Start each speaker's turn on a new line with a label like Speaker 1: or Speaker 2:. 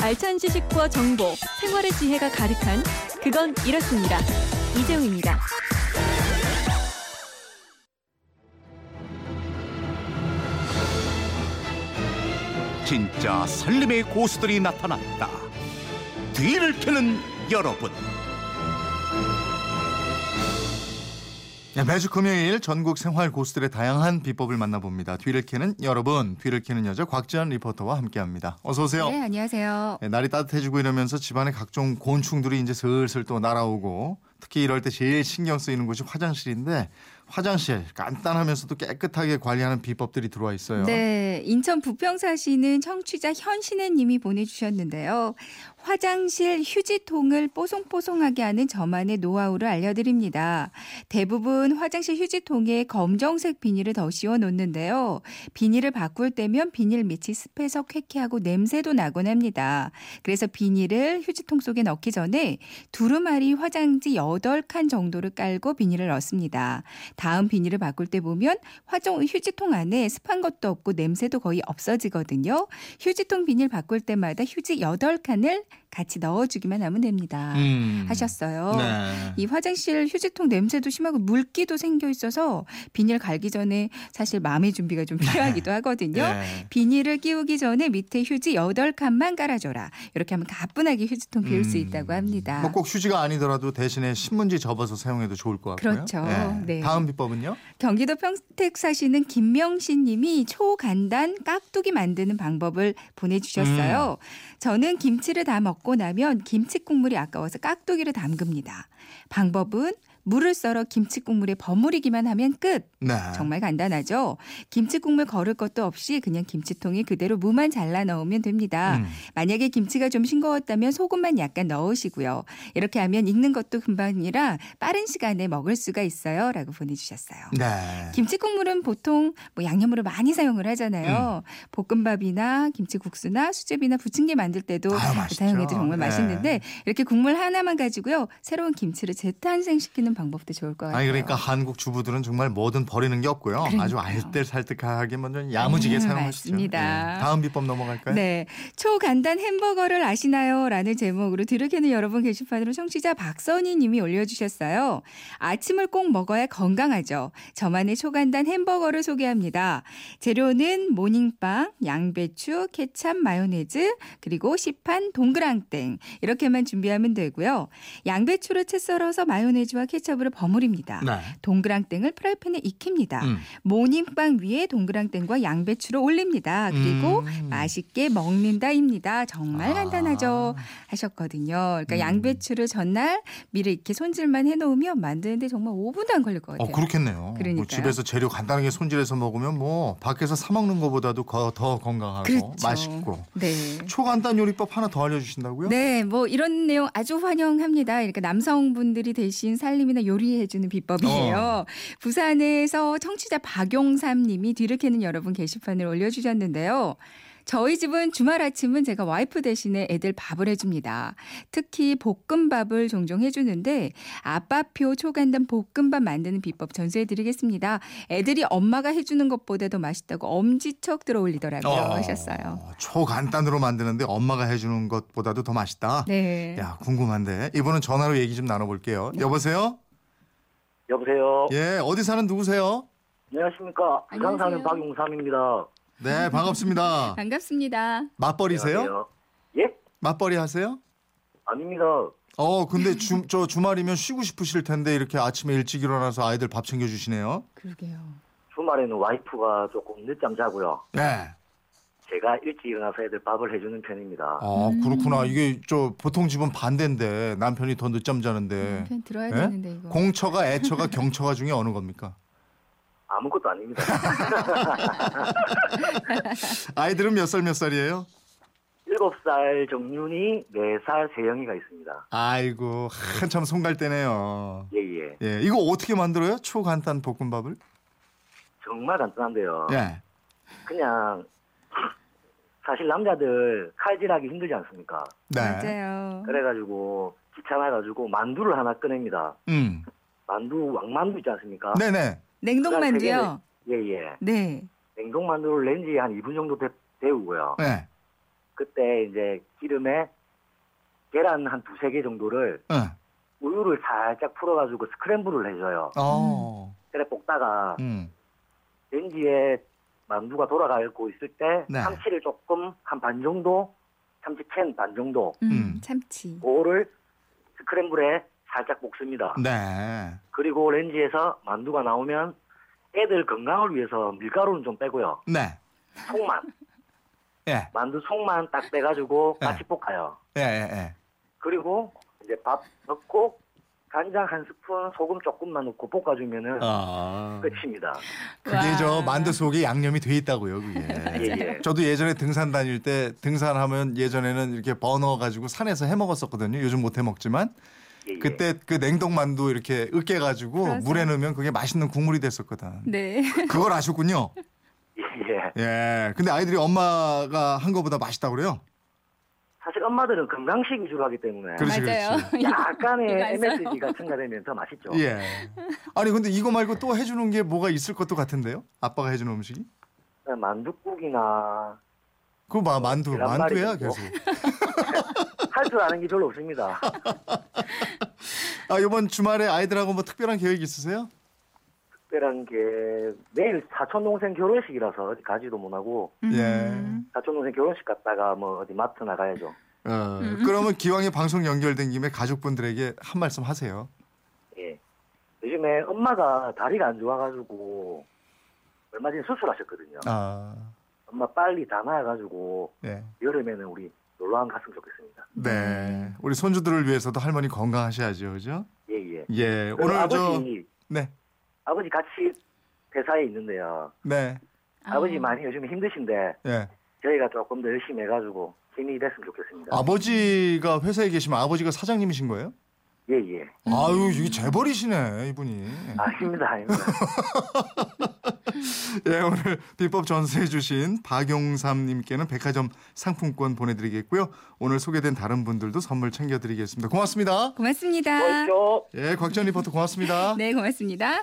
Speaker 1: 알찬 지식과 정보, 생활의 지혜가 가득한 그건 이렇습니다. 이재용입니다.
Speaker 2: 진짜 살림의 고수들이 나타났다. 뒤를 캐는 여러분.
Speaker 3: 네, 매주 금요일 전국 생활 고수들의 다양한 비법을 만나봅니다. 뒤를 캐는 여러분, 뒤를 캐는 여자 곽지연 리포터와 함께합니다. 어서 오세요.
Speaker 4: 네, 안녕하세요.
Speaker 3: 네, 날이 따뜻해지고 이러면서 집안의 각종 곤충들이 이제 슬슬 또 날아오고 특히 이럴 때 제일 신경 쓰이는 곳이 화장실인데 화장실 간단하면서도 깨끗하게 관리하는 비법들이 들어와 있어요.
Speaker 4: 네, 인천 부평 사시는 청취자 현신혜님이 보내주셨는데요. 화장실 휴지통을 뽀송뽀송하게 하는 저만의 노하우를 알려드립니다. 대부분 화장실 휴지통에 검정색 비닐을 더 씌워놓는데요. 비닐을 바꿀 때면 비닐 밑이 습해서 쾌쾌하고 냄새도 나곤 합니다. 그래서 비닐을 휴지통 속에 넣기 전에 두루마리 화장지 8칸 정도를 깔고 비닐을 넣습니다. 다음 비닐을 바꿀 때 보면 화종 휴지통 안에 습한 것도 없고 냄새도 거의 없어지거든요. 휴지통 비닐 바꿀 때마다 휴지 8칸을 같이 넣어주기만 하면 됩니다.
Speaker 3: 음.
Speaker 4: 하셨어요.
Speaker 3: 네.
Speaker 4: 이 화장실 휴지통 냄새도 심하고 물기도 생겨 있어서 비닐 갈기 전에 사실 마음의 준비가 좀 필요하기도 하거든요.
Speaker 3: 네.
Speaker 4: 비닐을 끼우기 전에 밑에 휴지 8칸만 깔아줘라. 이렇게 하면 가뿐하게 휴지통 비울 수
Speaker 3: 음.
Speaker 4: 있다고 합니다.
Speaker 3: 뭐 꼭 휴지가 아니더라도 대신에 신문지 접어서 사용해도 좋을 것 같고요.
Speaker 4: 그렇죠. 네.
Speaker 3: 다음 비법은요?
Speaker 4: 경기도 평택 사시는 김명신 님이 초간단 깍두기 만드는 방법을 보내주셨어요. 저는 김치를 다 먹고 나면 김치 국물이 아까워서 깍두기를 담급니다. 방법은 물을 썰어 김치 국물에 버무리기만 하면 끝.
Speaker 3: 네.
Speaker 4: 정말 간단하죠. 김치 국물 거를 것도 없이 그냥 김치통에 그대로 무만 잘라 넣으면 됩니다.
Speaker 3: 음.
Speaker 4: 만약에 김치가 좀 싱거웠다면 소금만 약간 넣으시고요. 이렇게 하면 익는 것도 금방이라 빠른 시간에 먹을 수가 있어요. 라고 보내주셨어요.
Speaker 3: 네.
Speaker 4: 김치국물은 보통 뭐 양념으로 많이 사용을 하잖아요.
Speaker 3: 음.
Speaker 4: 볶음밥이나 김치국수나 수제비나 부침개 만들 때도 그
Speaker 3: 아유, 맛있죠.
Speaker 4: 사용해도 정말
Speaker 3: 네.
Speaker 4: 맛있는데 이렇게 국물 하나만 가지고요. 새로운 김치를 재탄생시키는 방법도 좋을 것 같아요.
Speaker 3: 아니 그러니까 한국 주부들은 정말 뭐든 버리는 게 없고요. 아주 알뜰살뜰하게 먼저 야무지게
Speaker 4: 음,
Speaker 3: 사용하시죠.
Speaker 4: 맞습니다.
Speaker 3: 예. 다음 비법 넘어갈까요?
Speaker 4: 네. 초간단 햄버거를 아시나요? 라는 제목으로 들으게는 여러분 게시판으로 청취자 박선희 님이 올려주셨어요. 아침을 꼭 먹어야 건강하죠. 저만의 초간단 햄버거를 소개합니다. 재료는 모닝빵, 양배추, 케찹, 마요네즈, 그리고 시판, 동그랑땡. 이렇게만 준비하면 되고요. 양배추를 채 썰어서 마요네즈와 케찹으로 버무립니다.
Speaker 3: 네.
Speaker 4: 동그랑땡을 프라이팬에 익힙니다.
Speaker 3: 음.
Speaker 4: 모닝빵 위에 동그랑땡과 양배추를 올립니다. 그리고
Speaker 3: 음.
Speaker 4: 맛있게 먹는다입니다. 정말
Speaker 3: 아.
Speaker 4: 간단하죠. 하셨거든요. 그러니까
Speaker 3: 음.
Speaker 4: 양배추를 전날 미리 이렇게 손질만 해놓으면 만드는데 정말 5분도 안 걸릴 것
Speaker 3: 어
Speaker 4: 같아요.
Speaker 3: 그렇겠네요. 뭐
Speaker 4: 그러니까요.
Speaker 3: 집에서 재료 간단하게 손질해서 먹으면 뭐 밖에서 사 먹는 것보다도 거- 더 건강하고
Speaker 4: 그렇죠.
Speaker 3: 맛있고
Speaker 4: 네.
Speaker 3: 초간단 요리법 하나 더 알려주신다고요?
Speaker 4: 네, 뭐 이런 내용 아주 환영합니다. 그러니까 남성분들이 대신 살림이나 요리해주는 비법이에요.
Speaker 3: 어.
Speaker 4: 부산에서 청취자 박용삼님이 뒤를 캐는 여러분 게시판을 올려주셨는데요. 저희 집은 주말 아침은 제가 와이프 대신에 애들 밥을 해줍니다. 특히 볶음밥을 종종 해주는데 아빠표 초간단 볶음밥 만드는 비법 전수해드리겠습니다. 애들이 엄마가 해주는 것보다 더 맛있다고 엄지척 들어올리더라고요
Speaker 3: 어,
Speaker 4: 하셨어요.
Speaker 3: 초간단으로 만드는데 엄마가 해주는 것보다도 더 맛있다.
Speaker 4: 네.
Speaker 3: 야 궁금한데 이번은 전화로 얘기 좀 나눠볼게요. 여보세요?
Speaker 5: 여보세요.
Speaker 3: 예 어디 사는 누구세요?
Speaker 5: 안녕하십니까. 부산 사는
Speaker 4: 안녕하세요.
Speaker 5: 박용삼입니다.
Speaker 3: 네 반갑습니다.
Speaker 4: 반갑습니다.
Speaker 3: 맞벌이세요?
Speaker 5: 안녕하세요. 예?
Speaker 3: 맞벌이 하세요?
Speaker 5: 아닙니다.
Speaker 3: 어 근데 주, 저 주말이면 쉬고 싶으실 텐데 이렇게 아침에 일찍 일어나서 아이들 밥 챙겨주시네요.
Speaker 4: 그러게요.
Speaker 5: 주말에는 와이프가 조금 늦잠 자고요.
Speaker 3: 네.
Speaker 5: 제가 일찍 일어나서 애들 밥을 해주는 편입니다.
Speaker 3: 아 그렇구나. 이게 저 보통 집은 반대인데 남편이 더 늦잠 자는데
Speaker 4: 편 음, 들어야
Speaker 3: 예?
Speaker 4: 되는데 이거.
Speaker 3: 공처가 애처가 경처가 중에 어느 겁니까?
Speaker 5: 아무것도 아닙니다.
Speaker 3: 아이들은 몇 살 몇 살이에요?
Speaker 5: 7살 정윤이, 4살 세영이가 있습니다.
Speaker 3: 아이고 한참 손갈 때네요.
Speaker 5: 예, 예.
Speaker 3: 예, 이거 어떻게 만들어요? 초간단 볶음밥을?
Speaker 5: 정말 간단한데요.
Speaker 3: 예.
Speaker 5: 그냥, 사실 남자들 칼질하기 힘들지 않습니까?
Speaker 3: 네.
Speaker 4: 맞아요.
Speaker 5: 그래가지고, 귀찮아가지고 만두를 하나 꺼냅니다.
Speaker 3: 음.
Speaker 5: 만두, 왕만두 있지 않습니까?
Speaker 3: 네네.
Speaker 4: 냉동 만두요.
Speaker 5: 예, 예.
Speaker 4: 네.
Speaker 5: 냉동 만두를 낸 지 한 2분 정도 데- 데우고요.
Speaker 3: 네.
Speaker 5: 그때 이제 기름에 계란 한 두세 개 정도를
Speaker 3: 네.
Speaker 5: 우유를 살짝 풀어가지고 스크램블을 해줘요.
Speaker 3: 어.
Speaker 5: 그래 볶다가
Speaker 3: 음.
Speaker 5: 렌지에 만두가 돌아가고 있을 때
Speaker 3: 네.
Speaker 5: 참치를 조금 한 반 정도 참치 캔 반 정도
Speaker 4: 음,
Speaker 3: 음.
Speaker 4: 참치.
Speaker 5: 그거를 스크램블에 살짝 볶습니다.
Speaker 3: 네.
Speaker 5: 그리고 렌지에서 만두가 나오면 애들 건강을 위해서 밀가루는 좀 빼고요.
Speaker 3: 네.
Speaker 5: 속만
Speaker 3: 예.
Speaker 5: 만두 속만 딱 빼가지고
Speaker 3: 네.
Speaker 5: 같이 볶아요.
Speaker 3: 예, 예, 예.
Speaker 5: 그리고 이제 밥 넣고 간장 한 스푼 소금 조금만 넣고 볶아주면은
Speaker 3: 아.
Speaker 5: 끝입니다.
Speaker 3: 그게 저
Speaker 4: 와.
Speaker 3: 만두 속에 양념이 돼 있다고요, 그게.
Speaker 5: 예, 예.
Speaker 3: 저도 예전에 등산 다닐 때 등산하면 예전에는 이렇게 버너 가지고 산에서 해 먹었었거든요. 요즘 못 해 먹지만
Speaker 5: 예, 예.
Speaker 3: 그때 그 냉동 만두 이렇게 으깨 가지고
Speaker 4: 그래서.
Speaker 3: 물에 넣으면 그게 맛있는 국물이 됐었거든.
Speaker 4: 그렇죠. 네.
Speaker 3: 그걸 아셨군요.
Speaker 5: 예, 예.
Speaker 3: 예. 근데 아이들이 엄마가 한 거보다 맛있다 고 그래요?
Speaker 5: 사실 엄마들은 건강식 위주로 하기 때문에
Speaker 3: 그렇지,
Speaker 4: 맞아요. 이거
Speaker 5: 약간의
Speaker 4: 안
Speaker 5: MSG가 첨가되면 더 맛있죠.
Speaker 3: 예. 아니 근데 이거 말고 또 해주는 게 뭐가 있을 것도 같은데요? 아빠가 해주는 음식이?
Speaker 5: 만둣국이나
Speaker 3: 그거 봐 만두
Speaker 5: 계란말이
Speaker 3: 만두야
Speaker 5: 있고.
Speaker 3: 계속.
Speaker 5: 할 줄 아는 게 별로 없습니다.
Speaker 3: 아 이번 주말에 아이들하고 뭐 특별한 계획 있으세요?
Speaker 5: 특별한 게 내일 사촌 동생 결혼식이라서 어디 가지도 못하고
Speaker 3: 예.
Speaker 5: 사촌 동생 결혼식 갔다가 뭐 어디 마트 나가야죠.
Speaker 3: 어, 그러면 기왕에 방송 연결된 김에 가족분들에게 한 말씀 하세요.
Speaker 5: 예. 요즘에 엄마가 다리가 안 좋아가지고 얼마 전에 수술하셨거든요.
Speaker 3: 아,
Speaker 5: 엄마 빨리 다 나아가지고
Speaker 3: 네.
Speaker 5: 여름에는 우리 놀러 안 갔으면 좋겠습니다.
Speaker 3: 네. 우리 손주들을 위해서도 할머니 건강하셔야죠, 그죠?
Speaker 5: 예, 예.
Speaker 3: 예.
Speaker 5: 그리고
Speaker 3: 오늘 저,
Speaker 5: 아버지,
Speaker 3: 네.
Speaker 5: 아버지 같이 회사에 있는데요.
Speaker 3: 네.
Speaker 5: 아버지 많이 요즘 힘드신데
Speaker 3: 예.
Speaker 5: 저희가 조금 더 열심히 해가지고 힘이 됐으면 좋겠습니다.
Speaker 3: 아. 아버지가 회사에 계시면 아버지가 사장님이신 거예요?
Speaker 5: 예, 예.
Speaker 3: 아유, 이게 재벌이시네, 이분이.
Speaker 5: 아닙니다, 아닙니다.
Speaker 3: 예, 오늘 비법 전수해 주신 박용삼 님께는 백화점 상품권 보내 드리겠고요. 오늘 소개된 다른 분들도 선물 챙겨 드리겠습니다. 고맙습니다.
Speaker 4: 고맙습니다.
Speaker 5: 뭐 멋있죠?
Speaker 3: 예, 곽전 리포터 고맙습니다.
Speaker 4: 네, 고맙습니다.